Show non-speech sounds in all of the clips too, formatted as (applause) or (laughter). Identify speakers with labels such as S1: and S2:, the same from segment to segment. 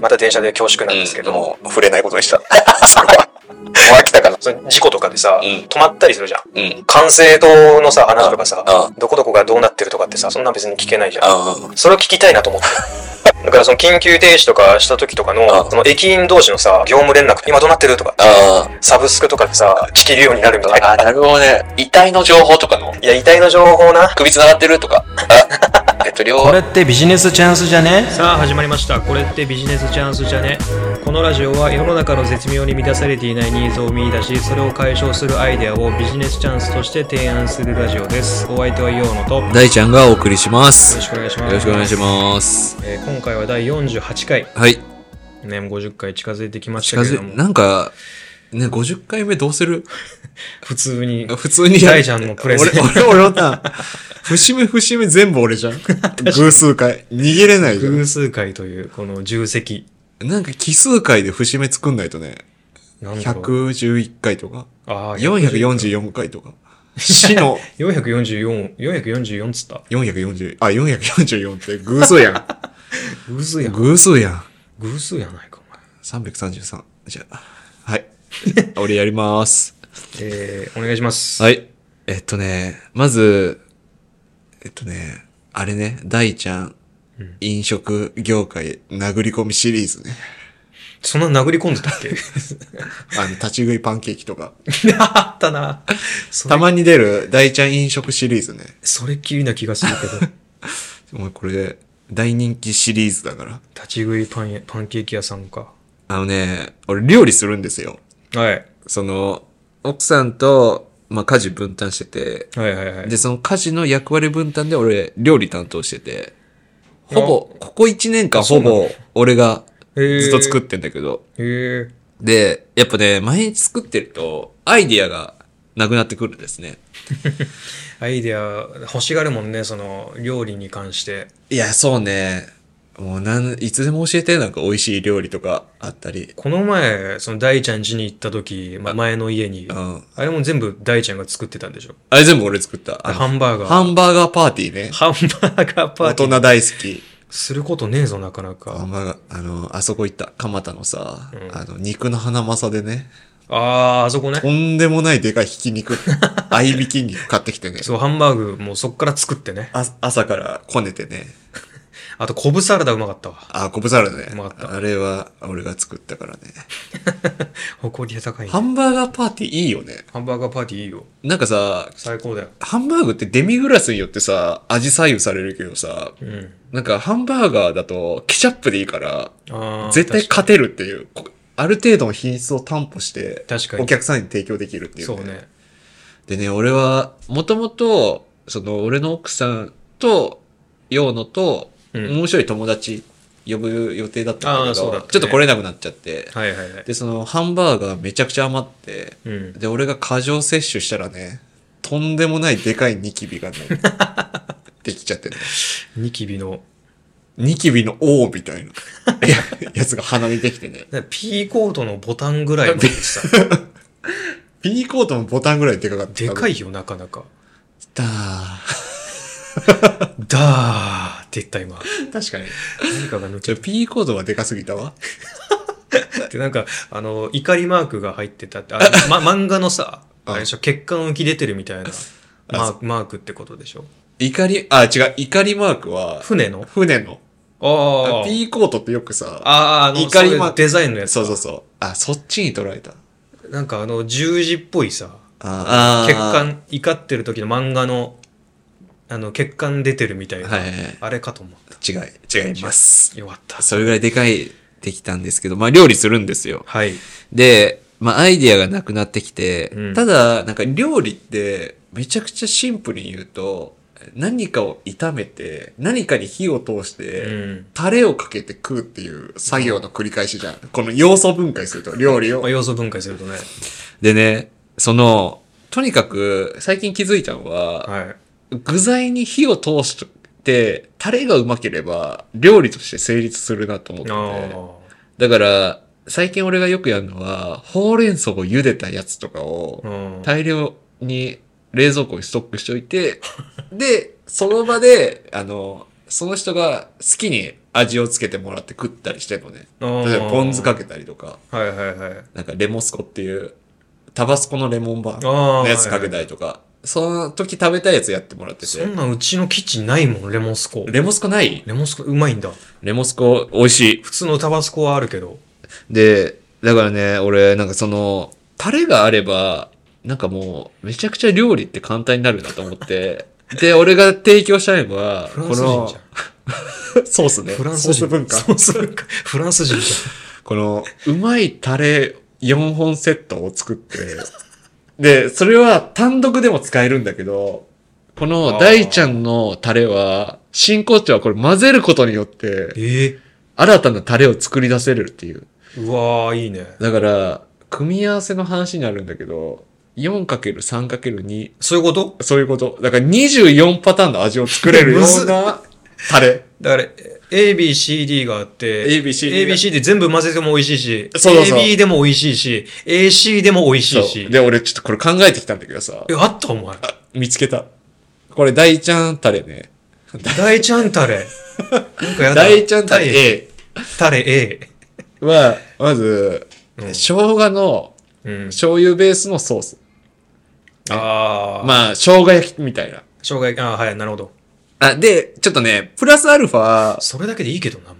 S1: また電車で恐縮なんですけども、
S2: もう触れないことにした。それはもう飽きたから。
S1: その事故とかでさ、
S2: うん
S1: 止まったりするじゃん。
S2: うん。
S1: 管制塔のさ、話とかさ
S2: ああ、
S1: どこどこがどうなってるとかってさ、そんなん別に聞けないじゃん。
S2: あー
S1: それを聞きたいなと思って。 (laughs) だからその緊急停止とかした時とか
S2: あ
S1: の、
S2: あ
S1: その駅員同士のさ、業務連絡、今どうなってるとか、
S2: あー。
S1: サブスクとかでさ、聞けるようになるみたいな。
S2: あー、なるほどね。遺体の情報とかの、
S1: いや、遺体の情報な。
S2: 首繋がってるとか。あえっと、両
S3: これってビジネスチャンスじゃね
S4: さあ始まりましたこれってビジネスチャンスじゃねこのラジオは世の中の絶妙に満たされていないニーズを見出しそれを解消するアイデアをビジネスチャンスとして提案するラジオですお相手はヨーノとよ
S5: 大ちゃんがお送りします。
S4: ろ
S5: よ
S4: しくお願いします
S5: ろしくお願いします。
S4: えー今回は第48回
S5: はい。
S4: ねもう50回近づいてきまし
S5: 近
S4: たけれ
S5: づ
S4: ども
S5: い、なんか、ね、50回目どうする
S4: 普通に
S5: 普通に
S4: 大ちゃんのプレゼン
S5: 俺、俺、俺のターン。節目節目全部俺じゃん。偶数回。逃げれないじゃん
S4: 偶数回というこの重責
S5: なんか奇数回で節目作んないとね。
S4: なんだろう
S5: 111回とか。
S4: あー
S5: 444回とか。死の
S4: 444 444っつった
S5: 440、あ、444って偶数やん。
S4: 偶数やん
S5: (laughs) 偶数やん。
S4: 偶数やないかお前
S5: 333。じゃあ、はい。俺やります。
S4: えー、お願いします
S5: はい。えっとね、まず、えっとね、あれね、大ちゃん、飲食業界殴り込みシリーズ (laughs) ね。
S4: そんな殴り込んでたっけ
S5: あの、立ち食いパンケーキとか。
S4: (laughs) あったな。それ
S5: たまに出る大ちゃん飲食シリーズね。
S4: それっきりな気がするけど。 (laughs)
S5: もうこれ、大人気シリーズだから。
S4: 立ち食いパン屋パンケーキ屋さんか。
S5: あのね、俺料理するんですよ。
S4: はい。
S5: その、奥さんと、まあ、家事分担してて、
S4: はいはいはい。
S5: で、その家事の役割分担で俺、料理担当してて、ほぼ、ここ1年間ほぼ、俺がずっと作ってんだけど、
S4: へえ。
S5: で、やっぱね、毎日作ってると、アイディアがなくなってくるんですね。
S4: アイデア欲しがるもんね、その料理に関して。
S5: いや、そうね。もうなん、いつでも教えて、なんか美味しい料理とかあったり。
S4: この前、その大ちゃん家に行った時、ま、前の家に、
S5: うん。
S4: あれも全部大ちゃんが作ってたんでしょ。
S5: あれ全部俺作った。あの
S4: ハンバーガー。
S5: ハンバーガーパーティーね。
S4: ハンバーガーパー
S5: 大
S4: ティー。
S5: 人大好き。
S4: することねえぞ、なかな
S5: ハン
S4: か。
S5: バーガー、あの、あそこ行った、蒲田のさ、あの、肉の花まさでね、
S4: あー、あそこね
S5: と。んでもないでかいひ
S4: (laughs)
S5: き肉、合いびき肉買ってきてね。
S4: そう、ハンバーグもうそっから作ってね。
S5: あ朝からこねてね。
S4: あと、昆布サラダうまかったわ。
S5: あ、コブサラダね
S4: うまかっ。た
S5: あれは、俺が作ったからね。
S4: 誇り高いね
S5: ハンバーガーパーティーいいよね。
S4: ハンバーガーパーティーいいよ。
S5: なんかさ、
S4: 最高だよ。
S5: ハンバーグってデミグラスによってさ、味左右されるけどさ、
S4: うん。
S5: なんかハンバーガーだとケチャップでいいから、
S4: あー
S5: 絶対
S4: 確か
S5: 勝てるっていう、こある程度の品質を担保して、
S4: 確かに
S5: お客さんに提供できるって
S4: に
S5: いう、
S4: そうね。
S5: でね、俺は、もともと、その、俺の奥さんと、陽野と、
S4: うん
S5: 面白い友達呼ぶ予定だったん
S4: あー
S5: だけ
S4: そう
S5: ど、
S4: だったね
S5: ちょっと来れなくなっちゃって、
S4: はいはいはい。
S5: で、その、ハンバーガーめちゃくちゃ余って、
S4: うん。
S5: で、俺が過剰摂取したらね、とんでもないでかいニ
S4: (laughs)
S5: キビがね、できちゃってね。
S4: ニキビの。
S5: ニキビの王みたいな、いややつが鼻にできてね。
S4: だからピーコートのボタンぐらいまでさ、
S5: ピーコートのボタンぐらいでかかった。
S4: でか
S5: い。
S4: いよ、なかなか。
S5: だー
S4: だーって言った今。
S5: 確かに。
S4: 何かが抜
S5: ち
S4: け
S5: ょ、ピーコートはでかすぎたわ。
S4: て、なんか、あの、怒りマークが入ってたって、あま、漫画のさ、あれでしょ、血管浮き出てるみたいなマークマークってことでしょ。
S5: 怒り、あ、違う、怒りマークは、
S4: 船の
S5: 船の。
S4: ああ。
S5: ピーコートってよくさ、
S4: ああ、あの、
S5: 怒りマーク
S4: そういうデザインのやつ。
S5: そうそうそう。あ、そっちに捉えた。
S4: なんかあの、十字っぽいさ、
S5: あ
S4: 血
S5: ー。
S4: 管、怒ってる時の漫画の、あの、血管出てるみたいな、
S5: はいはいはい
S4: あれかと思っ
S5: 違い、違います。
S4: た。よかった。
S5: それぐらいでかい、できたんですけど、まあ料理するんですよ。
S4: はい。
S5: で、まあ、アイディアがなくなってきて、
S4: うん
S5: ただ、なんか料理って、めちゃくちゃシンプルに言うと、何かを炒めて、何かに火を通して、
S4: うん
S5: タレをかけて食うっていう作業の繰り返しじゃん。この要素分解すると、料理
S4: まあ、
S5: を。
S4: 要素分解するとね。
S5: でね、その、とにかく、最近気づいたのは、
S4: はい。
S5: 具材に火を通して、タレがうまければ、料理として成立するなと思って
S4: あ
S5: て。
S4: あ。
S5: だから、最近俺がよくやるのは、ほうれん草を茹でたやつとかを
S4: う、ん。
S5: 大量
S4: (laughs)
S5: に冷蔵庫にストックしておいて、で、その場で、あの、その人が好きに味をつけてもらって食ったりしてるのね。
S4: あー
S5: 例えばポン酢かけたりとか、
S4: はいはいはい。
S5: なんかレモスコっていう、タバスコのレモンバーン
S4: あー
S5: のやつかけたりとか、その時食べたやつやってもらって
S4: そ
S5: て
S4: ん。なんうちのキッチンないもん、レモンスコ。
S5: レモスコない
S4: レモンスコうまいんだ。
S5: レモスコ美味しい。
S4: 普通のタバスコはあるけど。
S5: で、だからね、俺、なんかその、タレがあれば、なんかもう、めちゃくちゃ料理って簡単になるなと思って。で、俺が提供したいのは、
S4: フ
S5: こ
S4: ラン
S5: の、
S4: ス人じゃん。
S5: ソースね。
S4: フランス人。
S5: ソース文化。
S4: ソース文化。フランス人じ
S5: この、うまいタレ4本セットを作って、 (laughs) で、それは単独でも使えるんだけど、こ
S4: あ
S5: の
S4: ー
S5: 大ちゃんのタレは、新コーチはこれ混ぜることによっ
S4: ゃん。
S5: て、
S4: ええ
S5: 新たなタレを作り出せるっていう。
S4: うわー、いいね。
S5: だから、組み合わせの話になるんだけど、4×3×2、
S4: そういうこと
S5: そういうこと。だから24パターンの味を作れるよ
S4: むず
S5: う
S4: っ
S5: なタレ。
S4: だから、え A, B, C, D があって、
S5: A B C D が
S4: A, B, C, D 全部混ぜても美味しいし、
S5: そうそうそう
S4: AB でも美味しいし、AC でも美味しい
S5: そ
S4: し。
S5: う。で、俺ちょっとこれ考えてきたんだけどさ、
S4: え、あったお前。
S5: 見つけた。これ大ちゃんタレね。
S4: 大ちゃんタレ。なんかやだ。
S5: 大ちゃんタレ
S4: タレ A。
S5: A は、まず、生姜の
S4: うん。
S5: 醤油ベースのソース。
S4: ああ。まあ、
S5: まあ、生姜焼きみたいな。
S4: 障害、ああ、はい、なるほど。
S5: あ、で、ちょっとね、プラスアルファ、
S4: それだけでいいけどな、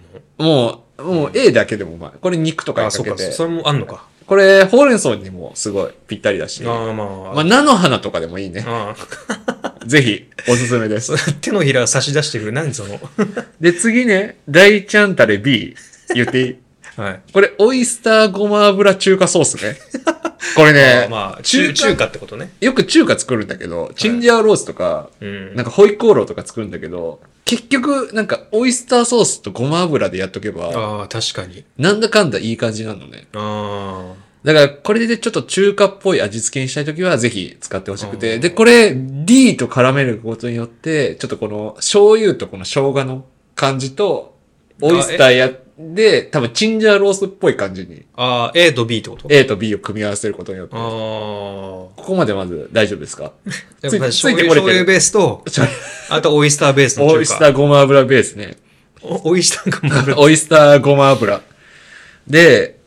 S4: もう。
S5: もう、もう A だけでもうまい。これ肉とか
S4: ああ、
S5: に
S4: そ
S5: か
S4: う
S5: け
S4: か、
S5: て。
S4: それもあんのか。
S5: これ、ほうれん草にもすごいぴったりだし。
S4: ああ、まあ。
S5: まあ、菜の花とかでもいいね。
S4: ああ。
S5: ぜひ、おすすめです。
S4: (laughs) 手のひら差し出してくる。何 (laughs) その。
S5: で、次ね、大ちゃんタレ B、言ってい (laughs) い
S4: はい。
S5: これ、オイスターごま油中華ソースね。これ (laughs) ね、
S4: まあ、中、中華ってことね。
S5: よく中華作るんだけど、チンジャオロースとか、
S4: うん
S5: なんかホイコーローとか作るんだけど、結局、なんかオイスターソースとごま油でやっとけば、
S4: ああ、確かに。
S5: なんだかんだいい感じなのね。
S4: ああ。
S5: だから、これでちょっと中華っぽい味付けにしたいときは、ぜひ使ってほしくて。で、これ、D と絡めることによって、ちょっとこの、醤油とこの生姜の感じと、オイスターや、で、多分、チンジャーロースっぽい感じに、
S4: ああ、A と B ってこと
S5: A と B を組み合わせることによって。
S4: あ
S5: こ
S4: あ。
S5: こまでまず大丈夫ですか
S4: やっ
S5: つい
S4: ぱり
S5: つ
S4: 醤
S5: いて
S4: 油
S5: こ
S4: 醤
S5: れ
S4: 油
S5: てる。
S4: ベース
S5: (laughs)
S4: と、あとオイスターベースの中華。
S5: オイスターごま油ベースね。
S4: おオイスターがもう
S5: (laughs) オイスターごま油。で、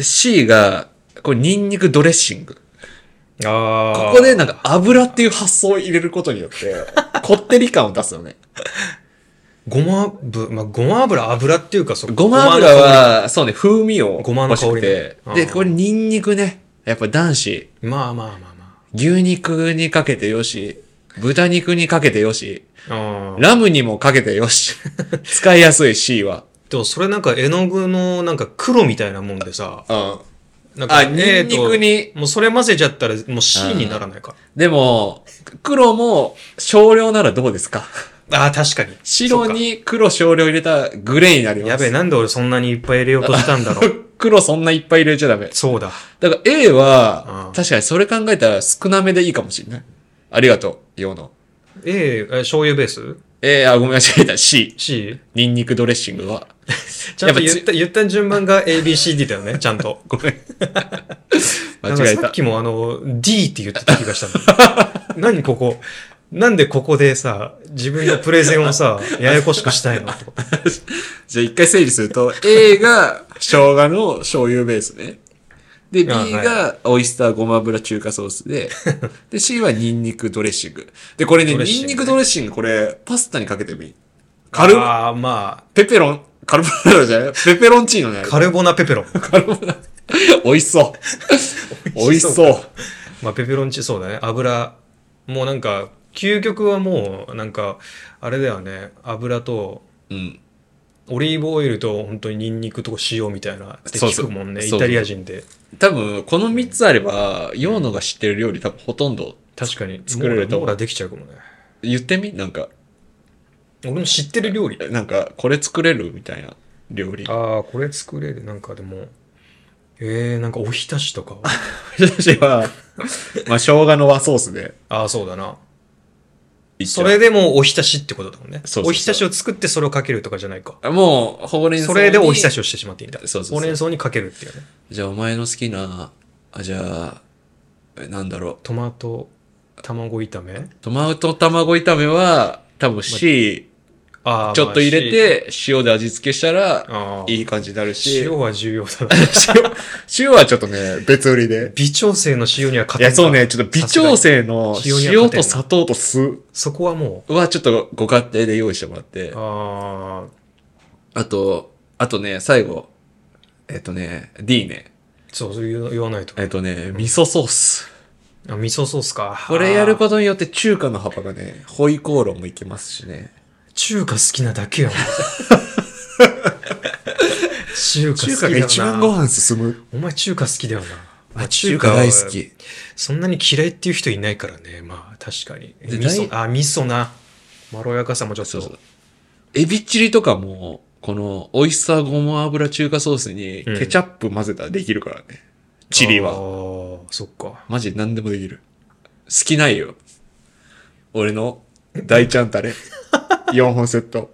S5: C が、これ、ニンニクドレッシング。
S4: ああ。
S5: ここでなんか油っていう発想を入れることによ
S4: (laughs)
S5: って、こってり感を出すよね。
S4: ごまぶ、まあ、ごま油、油っていうか、そ
S5: ごま油、は、そうね、風味を
S4: ごまの香りね
S5: 欲しく
S4: うん
S5: て。で、これニンニクね。やっぱ男子、
S4: ごまの香りまあまあまあま
S5: 牛肉にかけてよし、豚肉にかけてよし、
S4: あ。ああ。
S5: ラムにもかけて
S4: (laughs)
S5: よし。使いやすい C は。
S4: でもそれなんか絵の具のなんか黒みたいなもんでさ、
S5: うん。
S4: なんか
S5: あ
S4: A と
S5: ニンニクに
S4: もうそれ混ぜちゃったらもう C にならないか。
S5: でも、黒も少量ならどうですか
S4: ああ、確かに。
S5: 白に黒少量入れたらグレーになり
S4: そっ
S5: ま
S4: か。
S5: す。
S4: やべえ、なんで俺そんなにいっぱい入れようとしたんだろう。
S5: 黒そんないっぱい入れちゃダメ。
S4: そうだ。
S5: だから A は
S4: う、ん
S5: 確かにそれ考えたら少なめでいいかもしれない。ありがとう、用の。
S4: A、え醤油ベース
S5: A、あ、ごめんなさい、だ C、
S4: ?C?
S5: ニンニクドレッシングは。
S4: ちゃんと
S5: やっぱ
S4: 言った、言った順番が ABCD だよ
S5: (laughs)
S4: ね、ちゃんと。
S5: ごめん。
S4: なんか
S5: 間違え。
S4: さったきもあの、D って言ってた気がした
S5: (laughs)
S4: の。何ここ、なんでここでさ、自分のプレゼンを
S5: (laughs)
S4: さ、ややこしくしたいのと
S5: じゃあ一回整理する (laughs) と、A が生姜の醤油ベースね。で、B
S4: あはい
S5: がオイスターごま油中華ソース
S4: (laughs)
S5: で、で、C はニンニクドレッシング。で、これね、
S4: ドレッシン
S5: ニ
S4: グね
S5: ンニクドレッシング、これ、パスタにかけてもいい。カル、
S4: ああ、ま
S5: ペペロン、カルボナーラじゃないペペロンチーノじゃ
S4: あ、
S5: ない
S4: カルボナペペロン。
S5: 美味し (laughs) そう。美味しそう。
S4: まあ、ペペロンチ、そうだね。油。もうなんか、究極はもう、なんか、あれだよね。油と、
S5: うん。
S4: オリーブオイルと、本当にニンニクと塩みたいな。って
S5: そうそ
S4: 聞
S5: う
S4: くもんね。
S5: そうそう
S4: イタリア人で。
S5: 多分、この3つあれば、ヨーノが知ってる料理多分ほとんど
S4: 確かに。
S5: 作れると
S4: もうできちゃうかもね。
S5: 言ってみなんか、
S4: 俺の知ってる料理。
S5: なんか、これ作れるみたいな料理。
S4: ああ、これ作れる。なんかでも、ええー、なんかおひたしとか。
S5: 私は、まあ、生姜の和ソースで。
S4: ああ、そうだな。
S5: いっちゃ
S4: そうれでもうおひたしってことだもんね。
S5: そうそうそう
S4: おひたしを作ってそれをかけるとかじゃないか。
S5: もう、ほうれん草
S4: そ
S5: に。
S4: れでおひたしをしてしまっていいんだ。
S5: そうそうそう
S4: ほうれん草にかけるっていうね。
S5: じゃあ、お前の好きな、あ、じゃあ、えなんだろ
S4: トマト、卵炒め
S5: う。トマト卵炒めは、多分 C、
S4: あー
S5: ちょっと入れ、て、塩で味付けしたら、
S4: まあしあー
S5: いい感じになるし。
S4: 塩は重要だな。
S5: 塩、 (laughs) 塩はちょっとね、別売りで。
S4: 微調整の塩には勝てん
S5: いや、
S4: か
S5: そうね、ちょっと微調整の
S4: さすがに
S5: 塩と砂糖と酢
S4: そこはも
S5: はちょっとご家庭で用意してもらって
S4: う、。ああ、
S5: あと、あとね、最後。えっとね、D ね。
S4: そう、そう言う言わないと。
S5: えっとね、味噌ソース。
S4: あ味噌ソースか。
S5: これやる
S4: と。
S5: ことによって中華の幅がね、ホイコーローもいけますしね。
S4: 中華好きなだけや
S5: (laughs)
S4: ん。中華好きだ
S5: 中華が
S4: よな。
S5: 一番ご飯進む。
S4: お前中華好きだよな。
S5: あ中華大好。き。
S4: そんなに嫌いっていう人いないからね。まあ確かに。
S5: で
S4: 味噌、
S5: ない
S4: あ、味噌な。まろやかさもちょっと。
S5: そうそう。エビチリとかも、この、オイスターごま油中華ソースに
S4: うん
S5: ケチャップ混ぜたらできるからね。チリ
S4: あ
S5: は。
S4: ー。そっか。
S5: マジで何でもできる。好きないよ。俺の大ちゃ
S4: (laughs)
S5: んタレ。4本セット。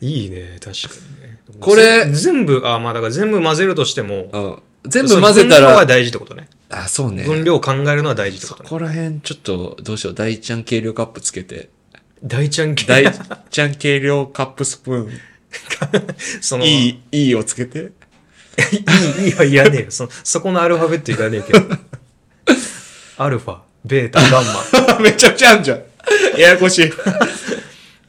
S4: いいね、確かにね。
S5: これ
S4: ぜ全部、あ、まあだから全部混ぜるとしても、
S5: うん。全部混ぜた
S4: その分量は
S5: ら、
S4: 大事ってことね。
S5: あ、そうね。
S4: 分量を考えるのは大事って
S5: そ
S4: ことね。
S5: こら辺ちょっと、どうしよう。大ちゃん軽量カップつけて。
S4: 大ちゃん系
S5: 大ちゃん軽量カップスプーン。
S4: (laughs) その、
S5: いい、いいをつけて。 (laughs)
S4: いや、いらねえよ。そ、そこのアルファベットいらねえけど。アルファ、ベータ、ガンマ。
S5: めちゃくちゃあんじゃん。ややこしい。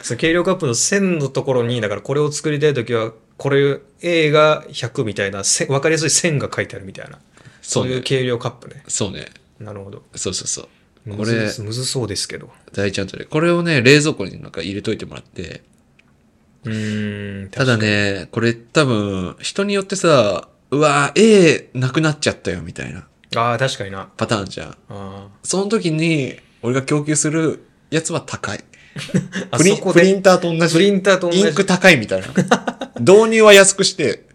S4: その軽量カップの1000のところに、だからこれを作りたいときは、これ A が100みたいな、せわかりやすい線が書いてあるみたいな。そ
S5: そ
S4: うういう
S5: ね。
S4: 軽量カップね。
S5: そうね。
S4: なるほど。
S5: そうそうそう。こ
S4: む
S5: れ
S4: ず、むずそうですけど。
S5: 大ちゃんタレ。これをね、冷蔵庫になんか入れといてもらって。
S4: うーん。
S5: ただね、これ多分、人によってさ、うわー、A なくなっちゃったよ、みたいな
S4: ああ、確かにな。
S5: パターンじゃん。
S4: あ
S5: その時に、俺が供給するやつは高い。
S4: ーあ
S5: プリ
S4: そ
S5: ン
S4: こ
S5: プリ
S4: で、
S5: ンターと同じ。
S4: プリンターと同じ
S5: インク高い
S4: (laughs)
S5: みたいな。導入は安くして。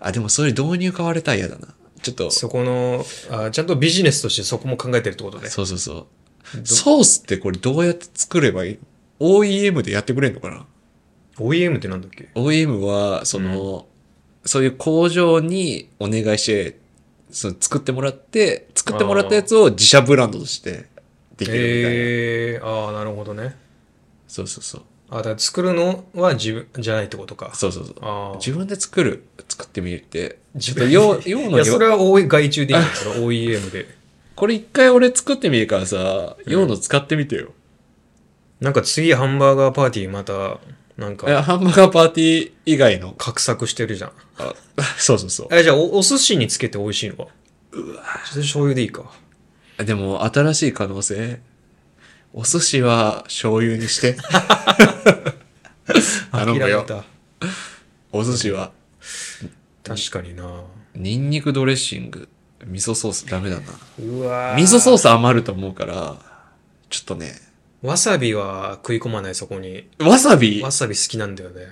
S5: あ、でもそういう導入買われたら嫌だな。ちょっと、そ
S4: そこのあー、ちゃんとビジネスとしてそこも考えてるってことね。
S5: うそうそう。ソースってこれどうやって作ればいい ?OEM でやってくれんのかな
S4: OEM ってなんだっけ
S5: ?OEM は、その、そういう工場にお願いして、その作ってもらって、作ってもらったやつを自社ブランドとしてできるみたいな。
S4: えー、ああ、なるほどね。
S5: そうそうそう。
S4: あ、だから作るのは自分じゃないってことか。
S5: そうそうそう。
S4: ああ。
S5: 自分で作る、作ってみるって。
S4: 自
S5: ちょっ
S4: 分
S5: と
S4: で
S5: 用、用
S4: い
S5: の
S4: や、それはおい外注でいいんですよ、OEM で。 (laughs)
S5: これ一回俺作ってみるからさ、用の使ってみてよ。
S4: なんか次ハンバーガーパーティーまた、なん
S5: いや
S4: か、
S5: ハンバーガーパーティー以外
S4: (laughs)
S5: の。
S4: 画策してるじゃん。
S5: あそうそうそ
S4: あ、じゃあおお寿司につけて美味しいのはそれ醤油でいいか。
S5: う。でも、新しい可能性。お寿司は醤油にして。頼む
S4: (laughs) 諦め
S5: よ。
S4: た。
S5: お寿司は。
S4: 確かにな。
S5: ニンニクドレッシング。味噌ソースダメだな。
S4: うわ
S5: 味噌ソー
S4: ス
S5: ス余ると思うから、ちょっとね。
S4: わさびは食い込まない、そこに。
S5: わさび
S4: わ
S5: あ
S4: さび好きなんだよね。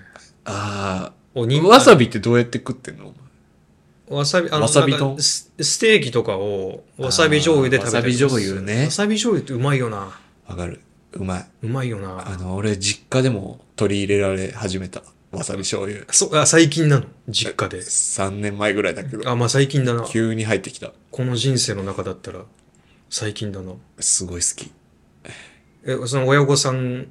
S5: あ
S4: お
S5: ー。
S4: に
S5: わさびってどうやって食ってんの
S4: わさび、あの、
S5: わさび
S4: なんか
S5: 丼
S4: スステーキとかを、わさび醤油で食べたり
S5: あーわさび醤油ね
S4: わさび醤油ってうまいよな。
S5: わかる。うまい。
S4: うまいよ
S5: あ
S4: な。
S5: の、俺、実家でも取り入れられ始めた。わさび醤油。
S4: そあ最近なの実家で。
S5: 3年前ぐらいだけど、
S4: あ、まあ最近だな。
S5: 急に入ってきた。
S4: この人生の中だったら、最近だな。
S5: すごい好き。
S4: え、その親御さん、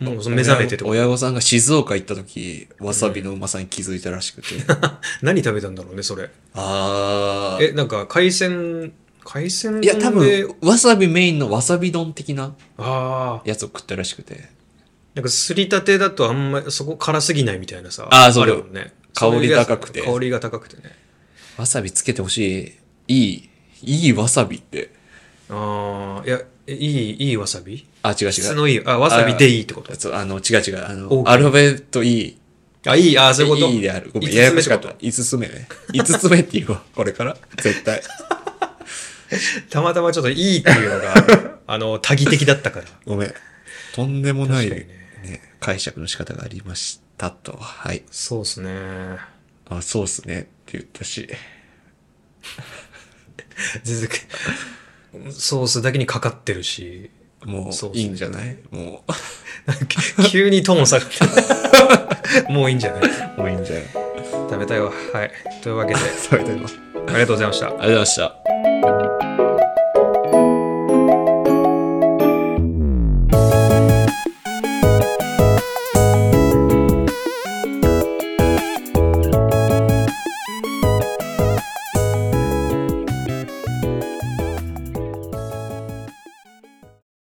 S4: もうその目覚めてってこと
S5: 親御さんが静岡行った時、わさびのうまさに気づいたらしくて。
S4: (laughs) 何食べたんだろうね、それ。
S5: あー。
S4: え、なんか海鮮、海鮮
S5: いや、多
S4: 丼で
S5: 分、わさびメインのわさび丼的な
S4: ああ。
S5: やつを食ったらしくて。
S4: なんかすりたてだとあんまりそこ辛すぎないみたいなさ。
S5: あーそう
S4: るもんね。
S5: 香り高くて
S4: そういうやつ香りが高くてね。
S5: わさびつけてほしい。いい。いいわさびって。
S4: ああ、いや、えいい、いいわさび
S5: あ、違う違う。
S4: 質のいい、あ、わさびでいいってこと
S5: そうあの、違う違う。あ
S4: オーケ
S5: の、
S4: ー
S5: アルファベット E。
S4: あ、いい、あ、そういうこと。
S5: いいである。ごめ
S4: 五
S5: ん、
S4: つ目
S5: ややこしかった
S4: て。
S5: 五つ目ね。五つ目って言うわ。これから。絶対。
S4: ことたまたまちょっといいっていうの (laughs) が、あの、多義的だったから。
S5: ごめん。とんでもない、
S4: 確
S5: ね解釈の仕方がありましたと。はい。
S4: そうですね。
S5: あ、そうっすね。って言ったし。
S4: 全然、ソースだけにかかってるし、
S5: も
S4: そうっ
S5: う、
S4: すね
S5: いいんじゃないも、
S4: 急にトーン下が (laughs) った。もういいんじゃないう
S5: もういいんじゃない (laughs)
S4: 食べたいわ。はい。というわけで、
S5: 食べてます。あり
S4: ありがとうございました。
S5: がとうございました。